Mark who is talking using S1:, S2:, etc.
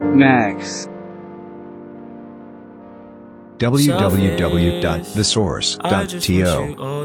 S1: Max.
S2: www.thesource.to